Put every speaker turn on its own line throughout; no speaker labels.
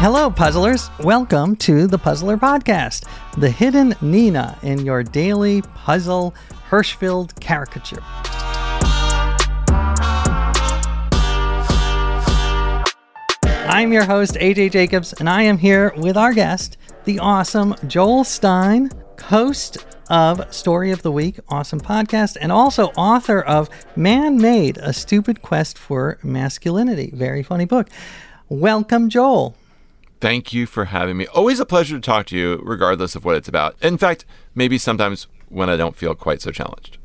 Hello, puzzlers. Welcome to the Puzzler Podcast, the hidden Nina in your daily puzzle Hirschfeld caricature. I'm your host, AJ Jacobs, and I am here with our guest, the awesome Joel Stein, host of Story of the Week, awesome podcast, and also author of Man Made A Stupid Quest for Masculinity. Very funny book. Welcome, Joel
thank you for having me. Always a pleasure to talk to you, regardless of what it's about. In fact, maybe sometimes when I don't feel quite so challenged.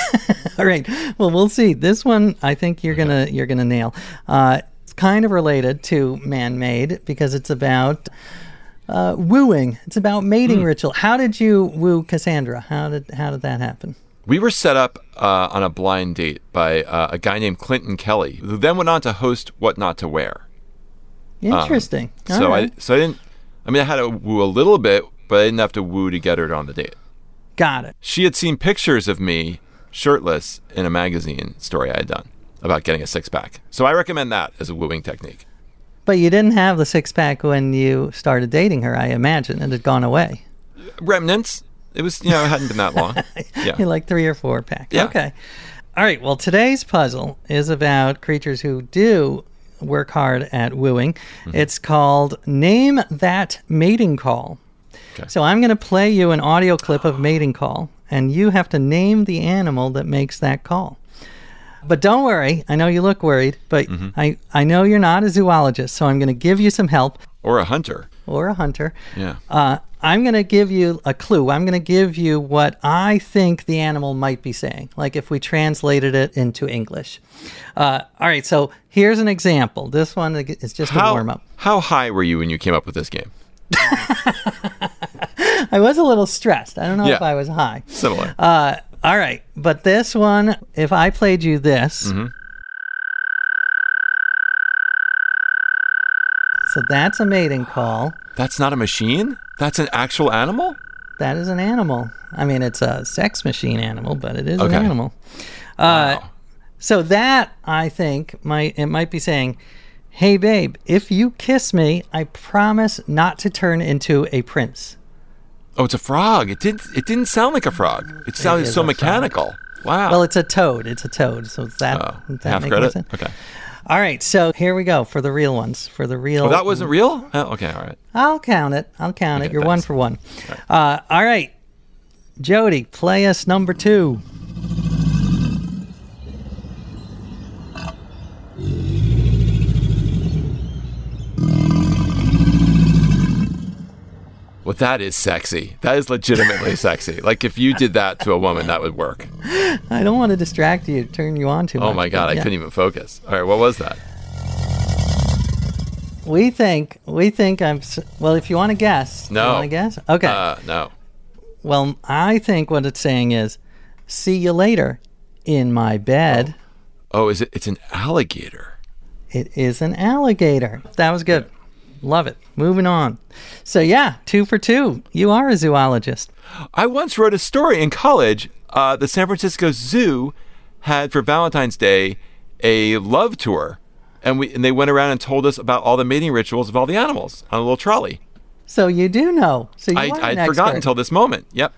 All right. Well, we'll see. This one, I think you're gonna
Mm-hmm.
you're gonna nail. Uh, it's kind of related to man-made because it's about uh, wooing. It's about mating mm. ritual. How did you woo Cassandra? How did how did that happen?
We were set up uh, on a blind date by uh, a guy named Clinton Kelly, who then went on to host What Not to Wear.
Interesting.
Um, so right. I so I didn't. I mean, I had to woo a little bit, but I didn't have to woo to get her on the date.
Got it.
She had seen pictures of me shirtless in a magazine story I had done about getting a six pack. So I recommend that as a wooing technique.
But you didn't have the six pack when you started dating her, I imagine. It had gone away.
Remnants. It was you know it hadn't been that long.
Yeah, like three or four pack. Yeah. Okay. All right. Well, today's puzzle is about creatures who do work hard at wooing. Mm-hmm. It's called Name That Mating Call. Okay. So I'm going to play you an audio clip of mating call, and you have to name the animal that makes that call. But don't worry, I know you look worried, but mm-hmm. I, I know you're not a zoologist, so I'm going to give you some help.
Or a hunter.
Or a hunter.
Yeah.
Uh, I'm going to give you a clue. I'm going to give you what I think the animal might be saying, like if we translated it into English. Uh, all right, so here's an example. This one is just
how,
a warm up.
How high were you when you came up with this game?
I was a little stressed. I don't know yeah. if I was high.
Similar.
Uh, all right, but this one, if I played you this. Mm-hmm. So that's a mating call.
That's not a machine? That's an actual animal?
That is an animal. I mean, it's a sex machine animal, but it is okay. an animal. Uh, So that I think might it might be saying, "Hey babe, if you kiss me, I promise not to turn into a prince."
Oh, it's a frog. It did. It didn't sound like a frog. It sounded
is
so
a frog.
mechanical. Wow. Oh,
Well, it's a toad. It's a toad. So it's that, that
half
make
credit?
sense?
Okay.
All right. So here we go for the real ones. For the real.
Oh, that wasn't real. Oh, okay, all right.
I'll count it. I'll count it.
Okay,
You're
thanks.
one for one. Uh, all right, Jody, play us number two.
Well, that is sexy. That is legitimately sexy. Like if you did that to a woman, that would work.
I don't want to distract you, turn you on too much.
Oh my god, I
yeah.
couldn't even focus. All right, what was that?
We think. We think I'm. s- Well, if you want to guess.
No.
You want to guess? Okay.
Uh, no.
well, I think what it's saying is, "See you later, in my bed."
Oh, is it? It's an alligator.
It is an alligator. That was good. Love it. Moving on. So yeah, two for two. You are a zoologist.
I once wrote a story in college. Uh, the San Francisco Zoo had for Valentine's Day a love tour, and we and they went around and told us about all the mating rituals of all the animals on a little trolley.
So you do know. So you
I,
are an
I'd forgotten
expert.
until this moment. Yep.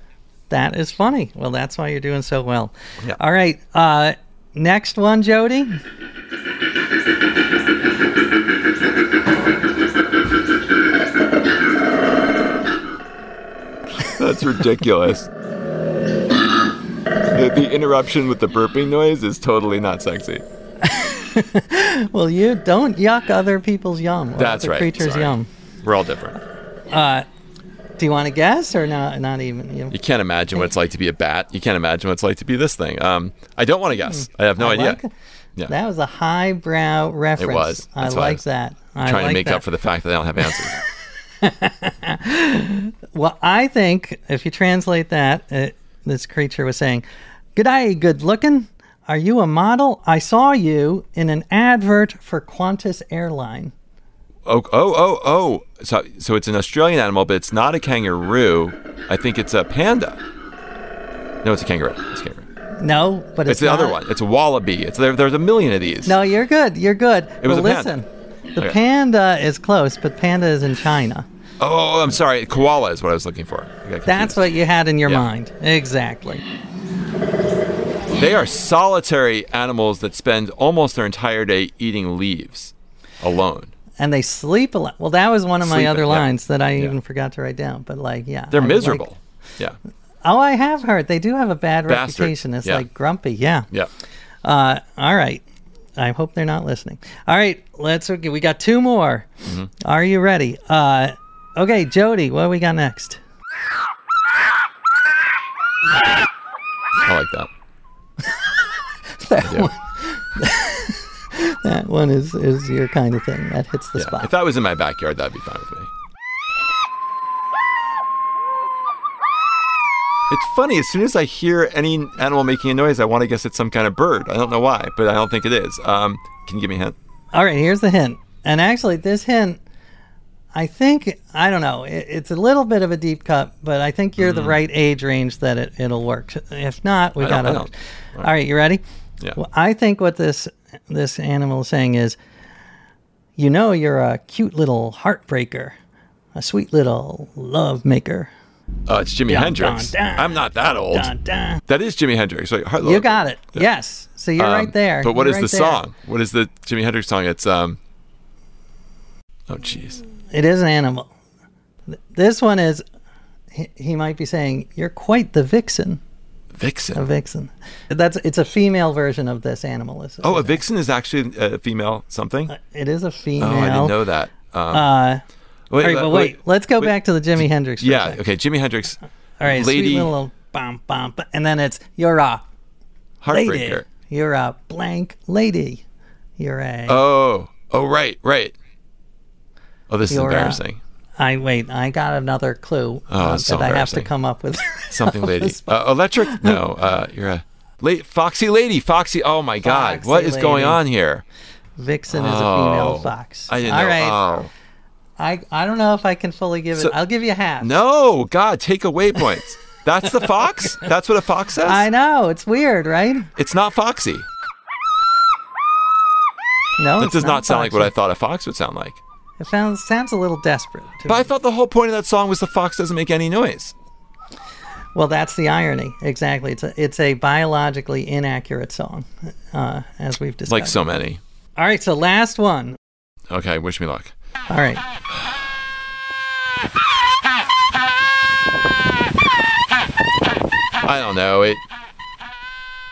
That is funny. Well, that's why you're doing so well.
Yeah.
All right. Uh, next one, Jody.
That's ridiculous. the, the interruption with the burping noise is totally not sexy.
Well, you don't yuck other people's yum. or
That's
other
right.
Creatures
Sorry.
yum.
We're all different.
Uh, do you want to guess or not? Not even. You
You can't imagine what it's like to be a bat. You can't imagine what it's like to be this thing. Um, I don't want to guess. I have no
Hmm. I
idea.
like it.
yeah.
That was a highbrow
it
reference.
was.
I
That's why
like
was
that. I
trying
like
to make
that.
up for the fact that I don't have answers.
Well, I think if you translate that, it, this creature was saying, Good day, good looking. Are you a model? I saw you in an advert for Qantas Airline.
oh, oh, oh, oh. So, so it's an Australian animal, but it's not a kangaroo. I think it's a panda. No, it's a kangaroo. It's a kangaroo.
No, but
It's,
it's,
the other
not-
one. It's a wallaby. It's there. There's a million of these.
No, you're good. You're good.
It was
but
a panda.
listen, the
Okay.
panda is close, but panda is in China.
Oh, I'm sorry. Koala is what I was looking for. I got confused.
That's what you had in your
Yeah.
mind. Exactly.
They are solitary animals that spend almost their entire day eating leaves alone.
And they sleep a lot. Well, that was one of my
Sleep,
other
yeah.
lines that I
Yeah.
even forgot to write down. But like, yeah,
They're
I like-
miserable. yeah.
oh, I have heard they do have a bad
Bastards.
reputation. It's
Yeah.
like grumpy. Yeah.
Yeah.
Uh, all right. I hope they're not listening. All right, let's. Okay, we got two more.
Mm-hmm.
Are you ready? Uh, okay, Jody, what do we got next?
I like that.
That
Yeah.
one. that one is is your kind of thing. That hits the
Yeah.
spot.
If that was in my backyard, that'd be fine with me. It's funny. As soon as I hear any animal making a noise, I want to guess it's some kind of bird. I don't know why, but I don't think it is. Um, can you give me a hint?
All right, here's the hint. And actually, this hint, I think I don't know. It, it's a little bit of a deep cut, but I think you're the right age range that it, it'll work. If not, we
Mm-hmm. I
got
don't- I
it.
don't.
All right, you ready?
Yeah.
Well, I think what this this animal is saying is, you know, you're a cute little heartbreaker, a sweet little love maker.
Uh, it's Jimi
Dun,
Hendrix.
dun, dun.
I'm not that old.
Dun, dun.
That is Jimi Hendrix. Wait, Heart
You
Logo.
got it. Yes. So you're
Um,
right there.
But what
You're
is
right
the
there.
song? What is the Jimi Hendrix song? It's um. Oh jeez.
It is an animal. Th- This one is. He, he might be saying, "You're quite the vixen."
Vixen.
A vixen. That's it's a female version of this animal. Is Uh,
Oh, a vixen is actually a female something.
it is a female.
Oh, I didn't know that. Um,
Uh,
wait,
all right,
wait,
but wait,
wait.
let's go
Wait.
back to the Jimi Hendrix. for a
yeah.
sec.
Okay. Jimi Hendrix.
All right.
Lady
Sweet little bum bum, bu- and then it's you're a
Heartbreaker.
lady. You're a blank lady. You're a.
Oh. Oh right. Right. Oh, this is
You're, uh,
embarrassing.
I wait. I got another clue uh,
Oh, it's so
that I have to
embarrassing.
come up with.
Something lady. Uh, electric. No. Uh, you're a. La- Foxy lady, Foxy. Oh my God!
Foxy
what is going
lady.
on here?
Vixen is a female
Oh,
fox.
I didn't
All
know.
right.
Oh.
I I don't know if I can fully give it.
So-
I'll give you half.
No, God, take away points. That's the fox? That's what a fox says?
I know. It's weird, right?
It's not foxy.
No.
That
it's
does not, sound like what I
foxy.
thought a fox would sound like.
It sounds, sounds a little desperate. To
But
me.
I thought the whole point of that song was the fox doesn't make any noise.
Well, that's the irony. Exactly. It's a, it's a biologically inaccurate song, uh, as we've discussed.
Like so many.
All right, so last one.
Okay, wish me luck.
All right.
I don't know. It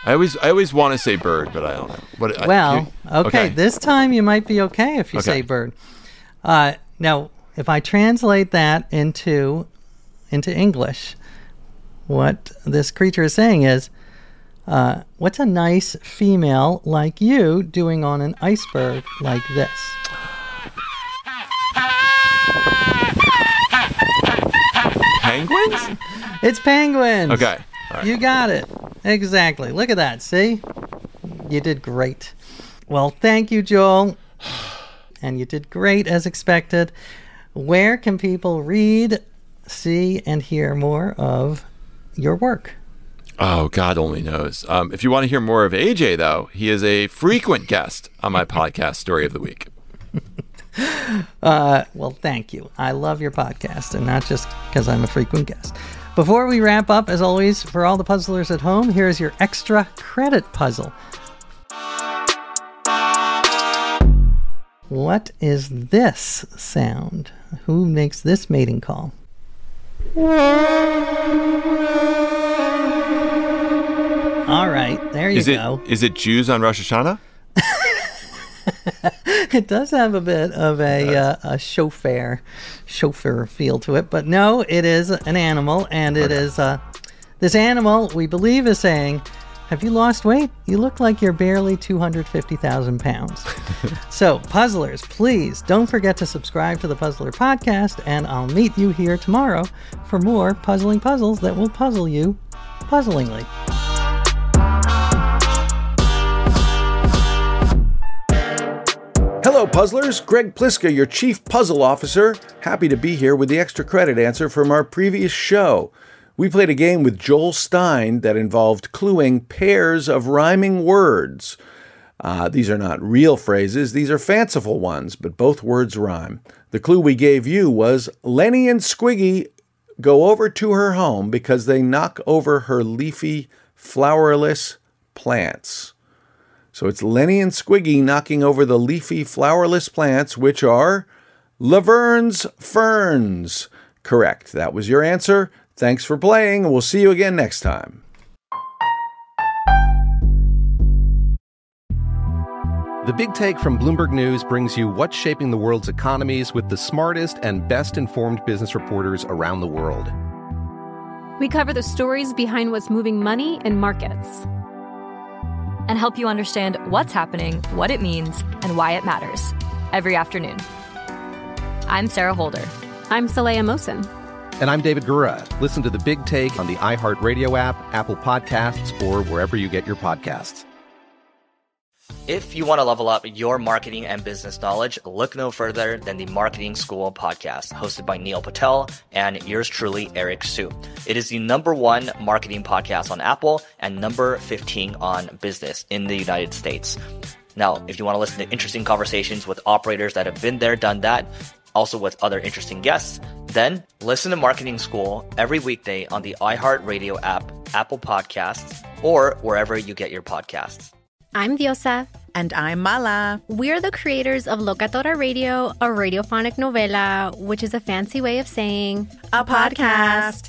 I always I always want to say bird, but I don't know. What I-
Well,
you-
okay, This time you might be okay if you
Okay.
say bird. Uh, now, if I translate that into into English, what this creature is saying is, uh, "What's a nice female like you doing on an iceberg like this?"
Penguins?
It's penguins.
Okay. All right.
You got it. Exactly. Look at that. See? You did great. Well, thank you, Joel. And you did great as expected. Where can people read, see, and hear more of your work?
Oh, God only knows. Um, if you want to hear more of AJ, though, he is a frequent guest on my podcast, Story of the Week.
Uh, well, thank you. I love your podcast, and not just because I'm a frequent guest. Before we wrap up, as always, for all the puzzlers at home, here is your extra credit puzzle. What is this sound? Who makes this mating call? All right, there you
is it is
go.
it Jews on Rosh Hashanah?
it does have a bit of a uh, a chauffeur chauffeur feel to it, but no, it is an animal, and it is uh, this animal we believe is saying, "Have you lost weight? You look like you're barely two hundred fifty thousand pounds." so, puzzlers, please don't forget to subscribe to the Puzzler podcast, and I'll meet you here tomorrow for more puzzling puzzles that will puzzle you puzzlingly.
Hello, puzzlers. Greg Pliska, your chief puzzle officer. Happy to be here with the extra credit answer from our previous show. We played a game with Joel Stein that involved cluing pairs of rhyming words. Uh, these are not real phrases, these are fanciful ones, but both words rhyme. The clue we gave you was Lenny and Squiggy go over to her home because they knock over her leafy, flowerless plants. So it's Lenny and Squiggy knocking over the leafy, flowerless plants, which are Laverne's ferns. Correct. That was your answer. Thanks for playing. We'll see you again next time.
The Big Take from Bloomberg News brings you what's shaping the world's economies with the smartest and best informed business reporters around the world.
We cover the stories behind what's moving money and markets
and help you understand what's happening, what it means, and why it matters every afternoon. I'm Sarah Holder.
I'm Saleya Mosin.
And I'm David Gura. Listen to The Big Take on the iHeartRadio app, Apple Podcasts, or wherever you get your podcasts.
If you want to level up your marketing and business knowledge, look no further than the Marketing School podcast, hosted by Neil Patel and yours truly, Eric Sue. It is the number one marketing podcast on Apple and number 15 on business in the United States. Now, if you want to listen to interesting conversations with operators that have been there, done that, also with other interesting guests, then listen to Marketing School every weekday on the iHeartRadio app, Apple Podcasts, or wherever you get your podcasts.
I'm Diosa.
And I'm Mala.
We're the creators of Locatora Radio, a radiophonic novela, which is a fancy way of saying
A podcast.